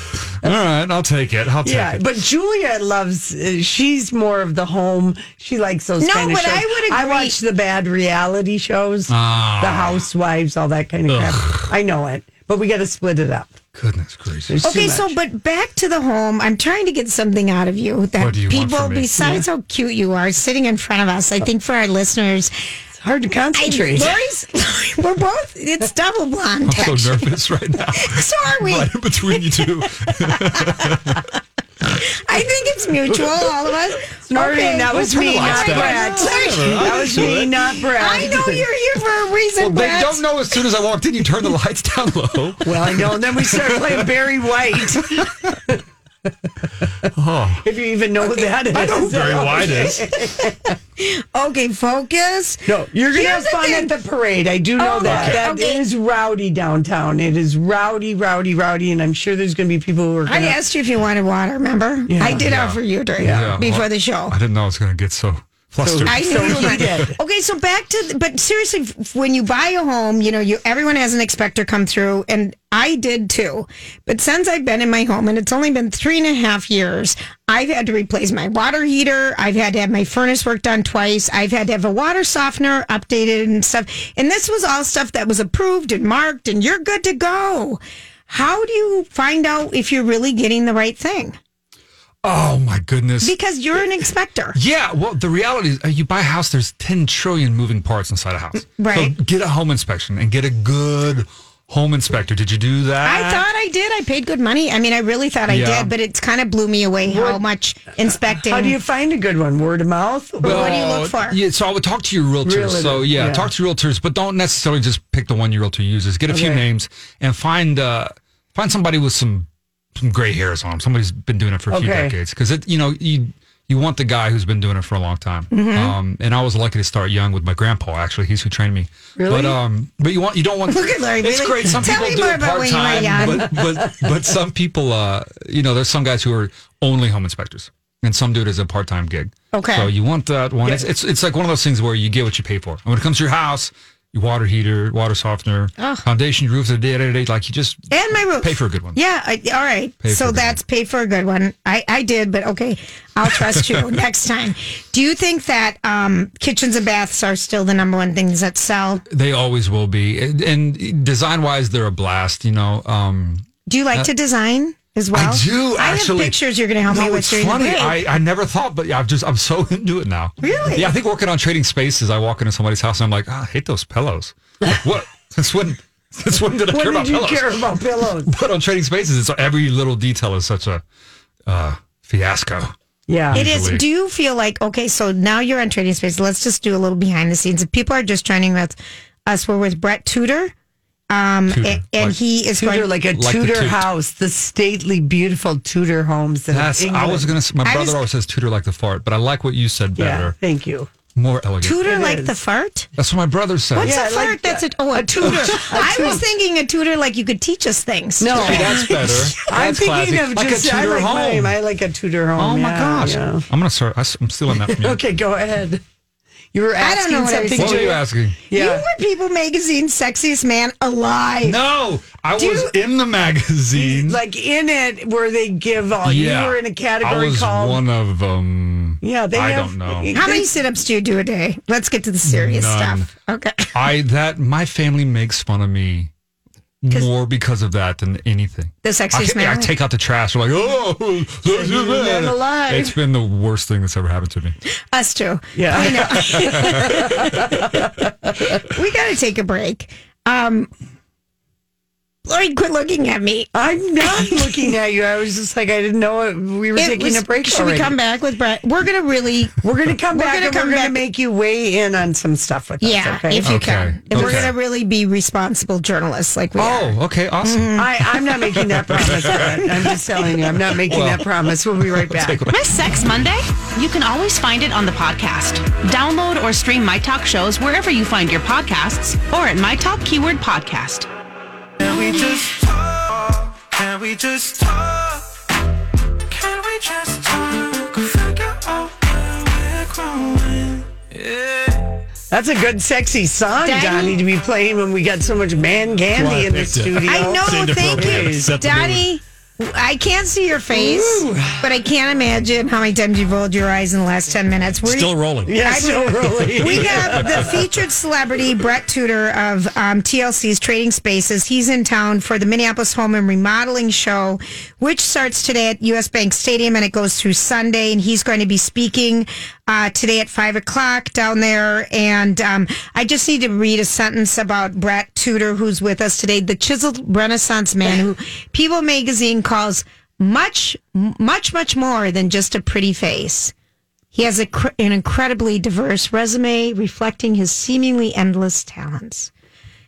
S5: All right, I'll take it. I'll take
S3: Yeah,
S5: it.
S3: but Julia loves, uh, she's more of the home. She likes those
S4: No,
S3: kind of
S4: but
S3: shows.
S4: I would
S3: I
S4: agree-
S3: watch the bad reality shows,
S5: Ah.
S3: the housewives, all that kind of crap. I know it, but we got to split it up.
S5: Goodness gracious.
S3: There's too
S4: Okay, so
S3: much.
S4: but back to the home. I'm trying to get something out of you that
S5: What do you want
S4: people,
S5: from me?
S4: besides how cute you are, sitting in front of us. I think for our listeners,
S3: It's hard to
S4: I,
S3: concentrate.
S4: Lori's, we're both. It's double blonde.
S5: I'm so
S4: actually.
S5: nervous right now.
S4: So are we.
S5: Right in between you two.
S4: I think it's mutual, all of us.
S3: Snorting, that was me, not
S4: All right,
S3: Brett.
S4: Larry,
S3: That was me, not Brad.
S4: I know you're here for a reason,
S5: well, they
S4: Brett.
S5: don't know as soon as I walked in, you turned the lights down low.
S3: Well, I know. And then we started playing Barry White.
S5: Oh.
S3: If you even know what that is.
S5: I know who Barry White is.
S3: okay, focus. No, you're gonna
S4: Here's
S3: have
S4: the
S3: fun
S4: thing.
S3: at the parade. I do know
S4: Oh,
S3: that.
S4: okay.
S3: That is rowdy downtown. It is rowdy, rowdy, rowdy, and I'm sure there's gonna be people who are.
S4: I
S3: Gonna,
S4: asked you if you wanted water, remember? I did
S5: Yeah.
S4: offer you during
S5: Yeah.
S4: before the show.
S5: I didn't know it was going to get so flustered.
S4: I knew you would. Okay, so back to the- but seriously, f- when you buy a home, you know you everyone has an inspector come through, and I did too. But since I've been in my home, and it's only been three and a half years, I've had to replace my water heater. I've had to have my furnace worked on twice. I've had to have a water softener updated and stuff. And this was all stuff that was approved and marked, and you're good to go. How do you find out if you're really getting the right thing?
S5: Oh my goodness.
S4: Because you're an inspector.
S5: Yeah, well, the reality is, uh, you buy a house. There's 10 trillion moving parts inside a house.
S4: Right.
S5: So get a home inspection and get a good home inspector. Did you do that?
S4: I thought I did. I paid good money. I mean, I really thought I
S5: Yeah.
S4: did, but it's kind of blew me away how much inspecting.
S3: how do you find a good one? Word of mouth.
S4: what do you look for?
S5: Well, Yeah, so I would talk to your realtors.
S3: Realtor,
S5: So yeah,
S3: yeah.
S5: talk to your realtors, but don't necessarily just pick the one your realtor uses. Get a few
S3: Okay.
S5: names and find uh, find somebody with some some gray hairs on them. Somebody's been doing it for a few
S3: Okay.
S5: decades because it you know you you want the guy who's been doing it for a long time.
S4: Mm-hmm.
S3: Mhm.
S5: Um, and I was lucky to start young with my grandpa. Actually, he's who trained me.
S4: Really?
S5: But um, but you want you don't want
S4: Look at Larry.
S5: It's
S4: really?
S5: great. Some
S4: Tell
S5: people
S4: me
S5: do
S4: more
S5: it
S4: about
S5: part
S4: when you were
S5: time,
S4: young.
S5: but but but some people uh, you know there's some guys who are only home inspectors and some do it as a part time gig.
S4: Okay.
S5: So you want that one.
S4: Yeah.
S5: It's, it's it's like one of those things where you get what you pay for. And when it comes to your house, your water heater, water softener,
S4: Ugh.
S5: foundation, your roof, the day, day, day, like you just
S4: and my roof.
S5: pay for a good one.
S4: Yeah. I, all right.
S5: Pay for a
S4: so
S5: good
S4: that's pay for a good one. I, I did, but okay. I'll trust you next time. Do you think that um, kitchens and baths are still the number one things that sell?
S5: They always will be. And, and design wise, they're a blast. You know. Um,
S4: Do you like
S5: Uh,
S4: to design as well?
S5: I do
S4: I
S5: actually.
S4: have pictures you're going to help
S5: no,
S4: me with.
S5: It's
S4: during the
S5: funny.
S4: break.
S5: I, I never thought, but yeah, I've just I'm so into it now.
S4: Really?
S5: Yeah, I think working on trading spaces, I walk into somebody's house and I'm like, "Ah, I hate those pillows. Like, what? Since when? Since when did I
S3: When
S5: care
S3: did
S5: about
S3: you
S5: pillows?
S3: care about pillows?
S5: but on trading spaces, it's every little detail is such a uh, fiasco.
S3: Yeah,
S4: It is. Do you feel like okay? So now you're on Trading Space. Let's just do a little behind the scenes. If people are just joining with us, we're with Brett Tudor, um,
S3: Tudor,
S4: a- and
S3: like-
S4: he is
S3: Tudor
S4: going-
S3: like a Tudor house, the stately, beautiful Tudor homes. That
S5: That's, I was gonna. say- My brother
S3: was,
S5: always says Tudor like the fart, but I like what you said
S3: Yeah,
S5: better.
S3: thank you.
S5: More elegant.
S4: Tudor like the fart.
S5: That's what my brother said.
S4: What's a fart? that's a, oh a tutor.
S3: tutor. A
S4: I was thinking a tutor like you could teach us things.
S3: No.
S5: See, that's better. That's
S3: I'm thinking
S5: classy.
S3: of
S5: like
S3: just
S5: a
S3: I
S5: Tudor
S3: like
S5: home.
S3: mine. I like a Tudor home.
S5: oh my
S3: yeah,
S5: gosh!
S3: yeah.
S5: I'm gonna start. I, am stealing that from you.
S3: Okay, go ahead. You were
S4: I don't
S3: asking
S4: know what I was
S3: something.
S5: What were you
S3: Julia?
S5: asking?
S4: You were People Magazine's sexiest man alive.
S5: No, I
S4: Do
S5: was
S4: you-
S5: in the magazine.
S3: like in it where they give all. You were in a
S5: I
S3: category
S5: was
S3: called.
S5: one of um.
S3: yeah, they
S5: I
S3: have.
S5: don't know.
S4: How many sit-ups do you do a day? Let's get to the serious
S5: None.
S4: stuff. Okay.
S5: I that my family makes fun of me more because of that than anything.
S4: The sexiest
S5: I, can't-
S4: man
S5: I
S4: alive.
S5: take out the trash. They're like, oh, sexiest man
S4: alive.
S5: It's been the worst thing that's ever happened to me.
S4: Us too.
S5: Yeah.
S4: I know. we got to take a break. Um, Lori, quit looking at me.
S3: I'm not looking at you. I was just like I didn't know it. we were
S4: It
S3: taking
S4: was-
S3: a break.
S4: Should we
S3: already.
S4: come back with Brett? We're gonna really.
S3: We're gonna come
S4: We're
S3: back.
S4: gonna
S3: and
S4: come
S3: we're gonna
S4: back.
S3: make you weigh in on some stuff with
S4: Yeah,
S3: us. Okay?
S4: if you can. And we're gonna really be responsible journalists, like we are.
S5: Oh, okay, awesome.
S3: I, I'm not making that promise. Brett. I'm just telling you, I'm not making that promise. We'll be right back.
S6: Miss Sex Monday? You can always find it on the podcast. Download or stream My Talk shows wherever you find your podcasts or at My Talk Keyword Podcast.
S7: Can we just talk? Can we just talk? Can we just talk? Figure out where we're growing.
S3: That's a good, sexy song,
S7: Daddy.
S3: Donnie, to be playing when we got so much man candy
S7: Why I
S3: in the
S7: picked it.
S3: studio.
S4: I know. Thank you, Daddy. I can't see your face, but I can't imagine how many times you've rolled your eyes in the last 10 minutes. We're
S2: Still rolling. Yeah,
S4: I-
S2: still rolling.
S4: We have the featured celebrity, Brett Tudor of um, TLC's Trading Spaces. He's in town for the Minneapolis Home and Remodeling Show, which starts today at US Bank Stadium and it goes through Sunday. And he's going to be speaking uh, today at 5 o'clock down there. And um, I just need to read a sentence about Brett Tudor, who's with us today, the chiseled Renaissance man who People magazine calls much, much, much more than just a pretty face. He has a, cr- an incredibly diverse resume reflecting his seemingly endless talents.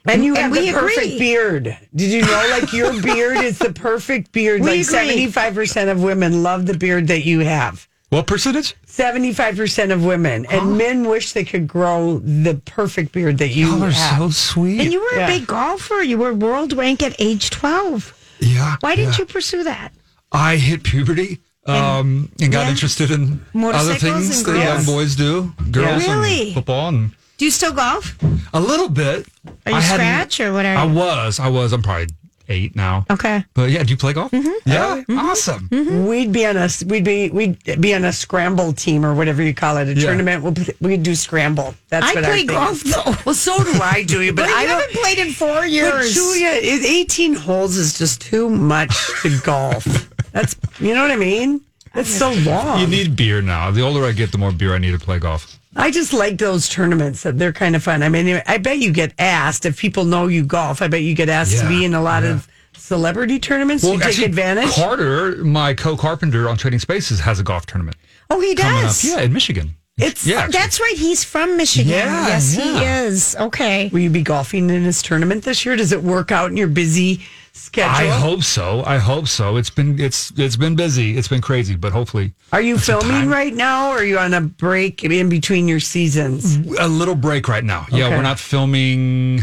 S3: And you
S4: And
S3: have
S4: we
S3: the perfect
S4: agree.
S3: beard. Did you know? Like your beard is the perfect beard.
S4: We
S3: like
S4: agree.
S3: seventy-five percent of women love the beard that you have.
S5: What percentage?
S3: Seventy-five percent of women and men wish they could grow the perfect beard that you
S5: Y'all are
S3: have.
S5: so sweet.
S4: And you were
S3: Yeah.
S4: a big golfer. You were world rank at age 12.
S5: Yeah.
S4: Why didn't
S5: yeah.
S4: you pursue that?
S5: I hit puberty um, and got
S4: yeah.
S5: interested in other
S4: Motorcycles
S5: things
S4: and
S5: that young
S4: girls.
S5: boys do, girls and
S4: Really?
S5: football and
S4: Do you still golf?
S5: a little bit.
S4: Are you
S5: I hadn't-
S4: scratch or what are
S5: I
S4: you?
S5: was. I was. I'm probably eight now.
S4: Okay. Mm-hmm. Oh,
S5: But yeah, do you play golf? Yeah. Awesome.
S3: We'd be on a we'd be we'd be on a scramble team or whatever you call it a
S5: Yeah.
S3: tournament. We'll, pl- we'd do scramble. That's
S4: I
S3: what
S4: play
S3: I'm thinking.
S4: golf, though.
S3: Well, so do I, Julia. But,
S4: But you
S3: I don't-
S4: haven't played in four years.
S3: But Julia, it- eighteen holes is just too much to golf. That's you know what I mean. That's so long.
S5: You need beer now. The older I get, the more beer I need to play golf.
S3: I just like those tournaments. They're kind of fun. I mean, I bet you get asked if people know you golf. I bet you get asked to
S5: Yeah,
S3: be in a lot of celebrity tournaments to take
S5: actually,
S3: advantage.
S5: Carter, my co-carpenter on Trading Spaces, has a golf tournament
S4: Oh, he
S5: coming
S4: does.
S5: up. Yeah, in Michigan.
S3: It's
S5: yeah, actually.
S4: That's right. He's from Michigan.
S5: Yeah,
S4: yes,
S5: yeah.
S4: he is. Okay.
S3: Will you be golfing in his tournament this year? Does it work out in your busy schedule?
S5: I hope so. I hope so. It's been it's it's been busy. It's been crazy, but hopefully
S3: Are you
S5: some
S3: filming
S5: time.
S3: right now, or are you on a break in between your seasons?
S5: a little break right now. Yeah,
S3: Okay.
S5: we're not filming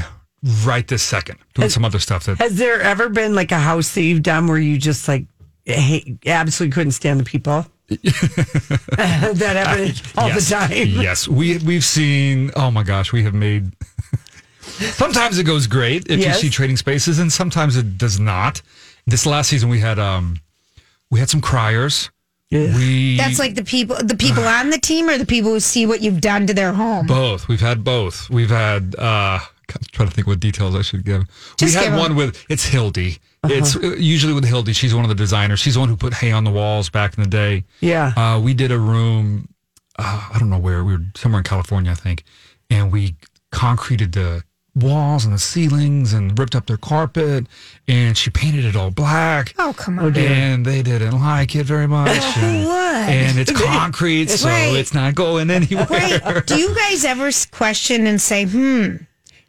S5: right this second. Doing some other stuff that
S3: Has there ever been like a house that you've done where you just like hate, absolutely couldn't stand the people? that happens all
S5: Yes.
S3: the time.
S5: Yes, we we've seen. Oh my gosh, we have made. sometimes it goes great if
S3: Yes.
S5: you see trading spaces, and sometimes it does not. This last season, we had um, we had some criers. We
S4: That's like the people, the people on the team, or the people who see what you've done to their home.
S5: both. We've had both. We've had. uh God, I'm trying to think what details I should give.
S4: Just
S5: we had
S4: give 'em.
S5: one with it's Hildy. It's uh,
S3: Uh-huh.
S5: usually with Hildy. She's one of the designers. She's the one who put hay on the walls back in the day.
S3: Yeah.
S5: Uh, we did a room, uh, I don't know where, we were somewhere in California, I think, and we concreted the walls and the ceilings and ripped up their carpet and she painted it all black.
S4: Oh, come on.
S5: and they didn't like it very much. and,
S4: would?
S5: and it's concrete, so
S4: Right.
S5: it's not going anywhere.
S4: Wait, do you guys ever s- question and say, hmm,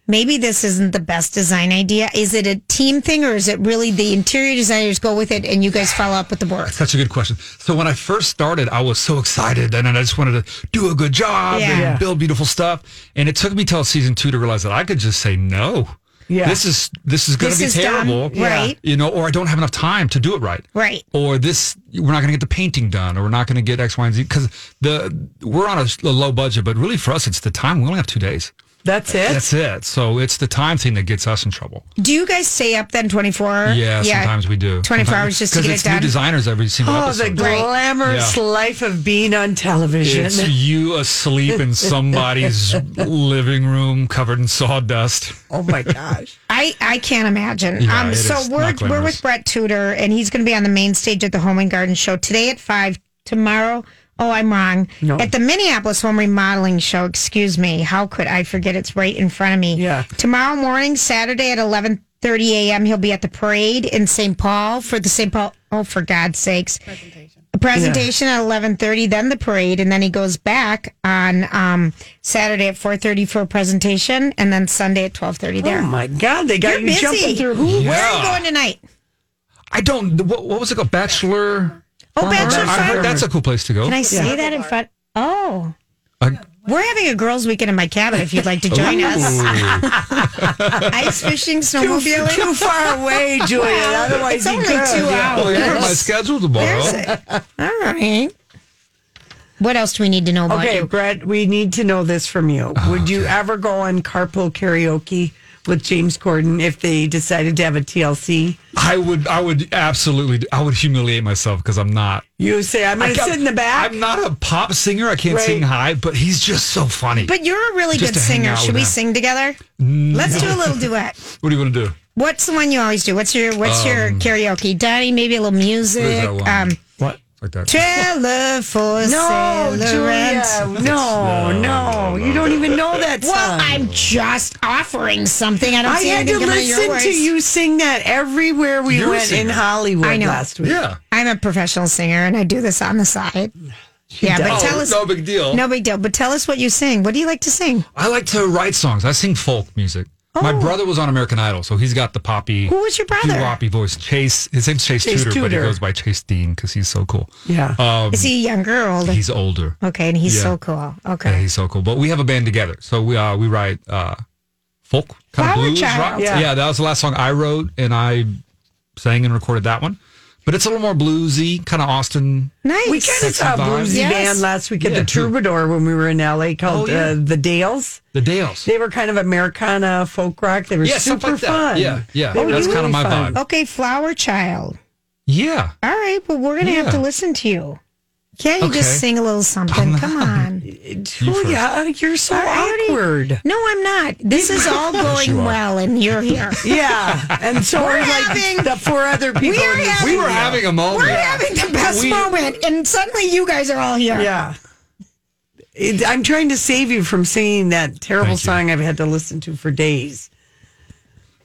S4: maybe this isn't the best design idea? Is it a team thing or is it really the interior designers go with it and you guys follow up with the board?
S5: That's such a good question. So when I first started, I was so excited and I just wanted to do a good job
S4: Yeah.
S5: and
S4: Yeah.
S5: build beautiful stuff. And it took me till season two to realize that I could just say no.
S3: Yeah.
S5: This is this is going to
S4: This
S5: be
S4: is dumb,
S5: terrible,
S4: right.
S5: You know, or I don't have enough time to do it right,
S4: Right.
S5: Or this, we're not going to get the painting done, or we're not going to get X, Y, and Z because the we're on a, s- a low budget. But really, for us, it's the time. We only have two days.
S3: That's it.
S5: That's it. So it's the time thing that gets us in trouble.
S4: Do you guys stay up then 24?
S5: Yeah, sometimes we do.
S4: 24
S5: Sometimes-
S4: hours just to
S5: 'cause
S4: get
S5: it's
S4: it done?
S5: New designers every single
S3: Oh, the
S5: episode.
S3: glamorous
S5: Yeah.
S3: life of being on television.
S5: It's you asleep in somebody's living room covered in sawdust.
S3: oh my gosh.
S4: I, I can't imagine.
S5: Yeah,
S4: um,
S5: it
S4: so
S5: is
S4: we're
S5: not
S4: we're
S5: glamorous.
S4: with Brett Tudor, and he's going to be on the main stage at the Home and Garden Show today at five. Tomorrow, oh, I'm wrong.
S3: No.
S4: At the Minneapolis Home Remodeling Show. Excuse me. How could I forget? It's right in front of me.
S3: Yeah.
S4: Tomorrow morning, Saturday at eleven thirty a.m. He'll be at the parade in St. Paul for the St. Paul. Oh, for God's sakes! A presentation at eleven thirty, then the parade, and then he goes back on um, Saturday at four thirty for a presentation, and then Sunday at twelve thirty. There.
S3: Oh my God, they
S4: You're
S3: got you
S4: busy.
S3: jumping through hoops.
S4: Where are you
S5: Yeah.
S4: going tonight?
S5: I don't. What, what was it called? Bachelor.
S4: Oh,
S5: Farmer?
S4: Bachelor
S5: I
S4: Farmer.
S5: heard that's a cool place to go. Uh,
S4: Can I say that in front? Oh,
S5: I-
S4: we're having a girls' weekend in my cabin. If you'd like to join us,
S5: Ooh.
S4: ice fishing,
S3: Too,
S4: snowmobiling.
S3: too far away, Julia. Otherwise,
S4: it's
S3: you
S4: only
S3: could.
S4: two hours.
S5: Oh, yeah, my schedule tomorrow.
S4: There's it. All right. What else do we need to know about
S3: Okay,
S4: you?
S3: Brett, we need to know this from you. Would you ever go on carpool karaoke with James Corden if they decided to have a TLC?
S5: I would. I would absolutely. do- I would humiliate myself because I'm not.
S3: You say, I'm going to
S5: can't-
S3: sit in the back.
S5: I'm not a pop singer. I can't
S3: Right.
S5: sing high, but he's just so funny.
S4: But you're a really
S5: Just
S4: good
S5: to hang
S4: singer.
S5: out
S4: Should
S5: with Mm.
S4: we
S5: him.
S4: sing together? Let's do a little duet.
S5: what do you want to do?
S4: What's the one you always do? What's your What's your karaoke, Donnie? Maybe a little
S5: What is
S4: music.
S5: Um, that one?
S4: Um,
S5: what? Like that.
S4: trailer for
S3: no,
S4: sale rent.
S3: Julia. No, no. You don't even know that song.
S4: Well, I'm just offering something. I don't
S3: I
S4: see
S3: had to
S4: anything coming out of your
S3: listen to
S4: words.
S3: you sing that everywhere we
S5: You're a
S3: went in
S5: singer.
S3: Hollywood
S4: I know.
S3: last week.
S5: yeah.
S4: I'm a professional singer and I do this on the side. yeah, but
S5: does.
S4: tell
S5: Oh,
S4: us
S5: no big deal.
S4: No big deal. But tell us what you sing. What do you like to sing?
S5: I like to write songs. I sing folk music. My brother was on American Idol, so he's got the poppy.
S4: Oh. Who was your brother?
S5: Poppy voice. Chase. His name's Chase,
S4: Chase
S5: Tudor, but he
S4: Tudor.
S5: goes by Chase Dean because he's so cool.
S4: Yeah.
S5: Um,
S4: Is he younger or older?
S5: He's older.
S4: Okay, and he's
S5: Yeah.
S4: so cool. Okay.
S5: Yeah, he's so cool. But we have a band together, so we uh, we write uh, folk kind
S4: Flower
S5: of blues
S4: Child.
S5: rock.
S4: Yeah.
S5: Yeah. that was the last song I wrote, and I sang and recorded that one. But it's a little more bluesy, kind of Austin.
S4: Nice.
S3: We kind of
S5: Sexy
S3: saw a
S5: vibes.
S3: bluesy
S5: Yes.
S3: band last week at
S5: Yeah,
S3: the
S5: true.
S3: Troubadour when we were in LA called
S5: Oh, yeah.
S3: uh, the Dales.
S5: The Dales.
S3: They were kind of Americana folk rock. They were
S5: Yeah,
S3: super
S5: something like that.
S3: fun.
S5: Yeah, yeah.
S3: They were
S5: That's kinda my
S3: fun. Uh,
S5: vibe.
S4: Okay, Flower Child.
S5: Yeah.
S4: All right, but we're gonna have
S5: Yeah.
S4: to listen to you. Can't you
S5: Okay.
S4: just sing a little something? Come on,
S3: Julia, you're so awkward.
S4: No, I'm not. This is all
S3: Yes,
S4: going
S3: you are.
S4: well, and you're here.
S3: Yeah, and so
S4: We're
S3: are like
S4: having-
S3: the four other people.
S4: We, are
S3: in the
S4: having,
S3: studio.
S4: We're having the best
S3: We-
S4: moment, and suddenly you guys are all here.
S3: Yeah. It- I'm trying to save you from singing that terrible song I've had to listen to for days,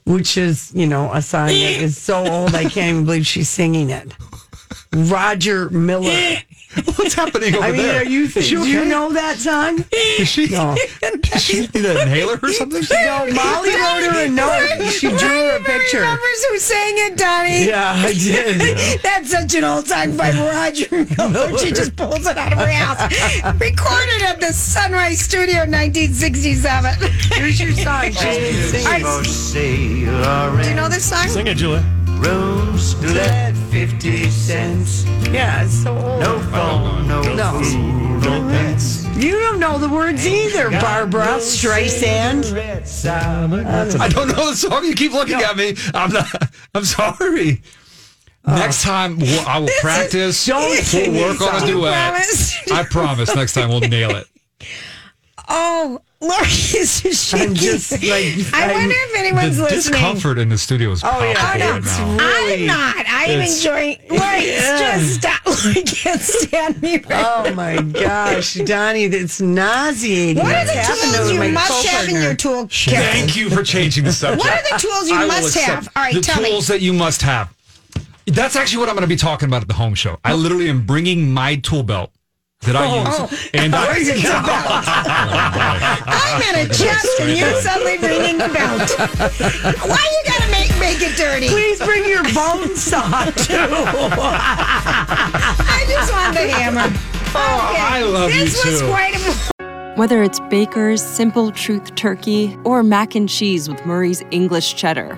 S3: which is, you know, a song that is so old I can't even believe she's singing it. Roger Miller.
S5: What's happening over
S3: I mean,
S5: there?
S3: are you,
S5: Is she
S3: do you
S5: okay?
S3: know that song?
S5: Is she?
S3: No.
S5: Did she need an inhaler or something?
S3: No, Molly wrote her a note. She drew her a picture.
S4: Remembers who sang it, Donnie?
S3: Yeah, I did. Yeah.
S4: That's such an old song by Roger Miller. She just pulls it out of her house. Recorded at the Sunrise Studio in 1967.
S3: Here's your song,
S4: Oh,
S3: Jane.
S4: Do you know this song?
S2: Sing it, Julia.
S7: Rose
S3: glad
S7: 50 cents.
S3: Yeah, it's so old.
S7: No phone, no,
S3: No.
S7: food, no pets.
S3: You don't know the words either, Barbara Streisand.
S7: That's
S5: I don't know the song. You keep looking at me. I'm not. I'm sorry.
S4: Uh,
S5: next time we'll, I will
S7: This is-
S5: practice.
S7: don't sing
S5: we'll work
S7: this
S5: on a
S7: song. You
S5: duet.
S7: promise?
S5: I promise. Next time we'll nail it.
S4: Oh, Lori is just shaking.
S3: I'm just like
S4: I
S3: I'm-
S4: wonder if anyone's
S5: the
S4: listening.
S5: discomfort in the studio is
S4: Oh,
S5: palpable
S4: yeah. I know.
S5: right now.
S4: I'm not. I am
S5: It's-
S4: enjoying. Lori,
S3: Yeah.
S4: just stop. I can't stand me right now.
S3: Oh my gosh, Donnie, that's nauseating.
S4: What are the
S3: Happened
S4: tools
S3: to my
S4: you must have in
S3: co-partner.
S4: your toolkit?
S5: Thank you for changing the subject.
S4: What are the tools you
S5: I will
S4: must
S5: accept
S4: have? All right,
S5: the
S4: tell me.
S5: tools that you must have. That's actually what I'm going to be talking about at the home show. I literally am bringing my tool belt that I
S4: Oh.
S5: use, Oh,
S4: What is it about? I'm at a chest and you're suddenly bringing the belt. Why you gotta make make it dirty?
S3: Please bring your bone saw too.
S4: I just want the hammer. Okay.
S7: I love you
S4: this was
S7: too.
S4: quite a
S16: Whether it's Baker's Simple Truth Turkey or mac and cheese with Murray's English cheddar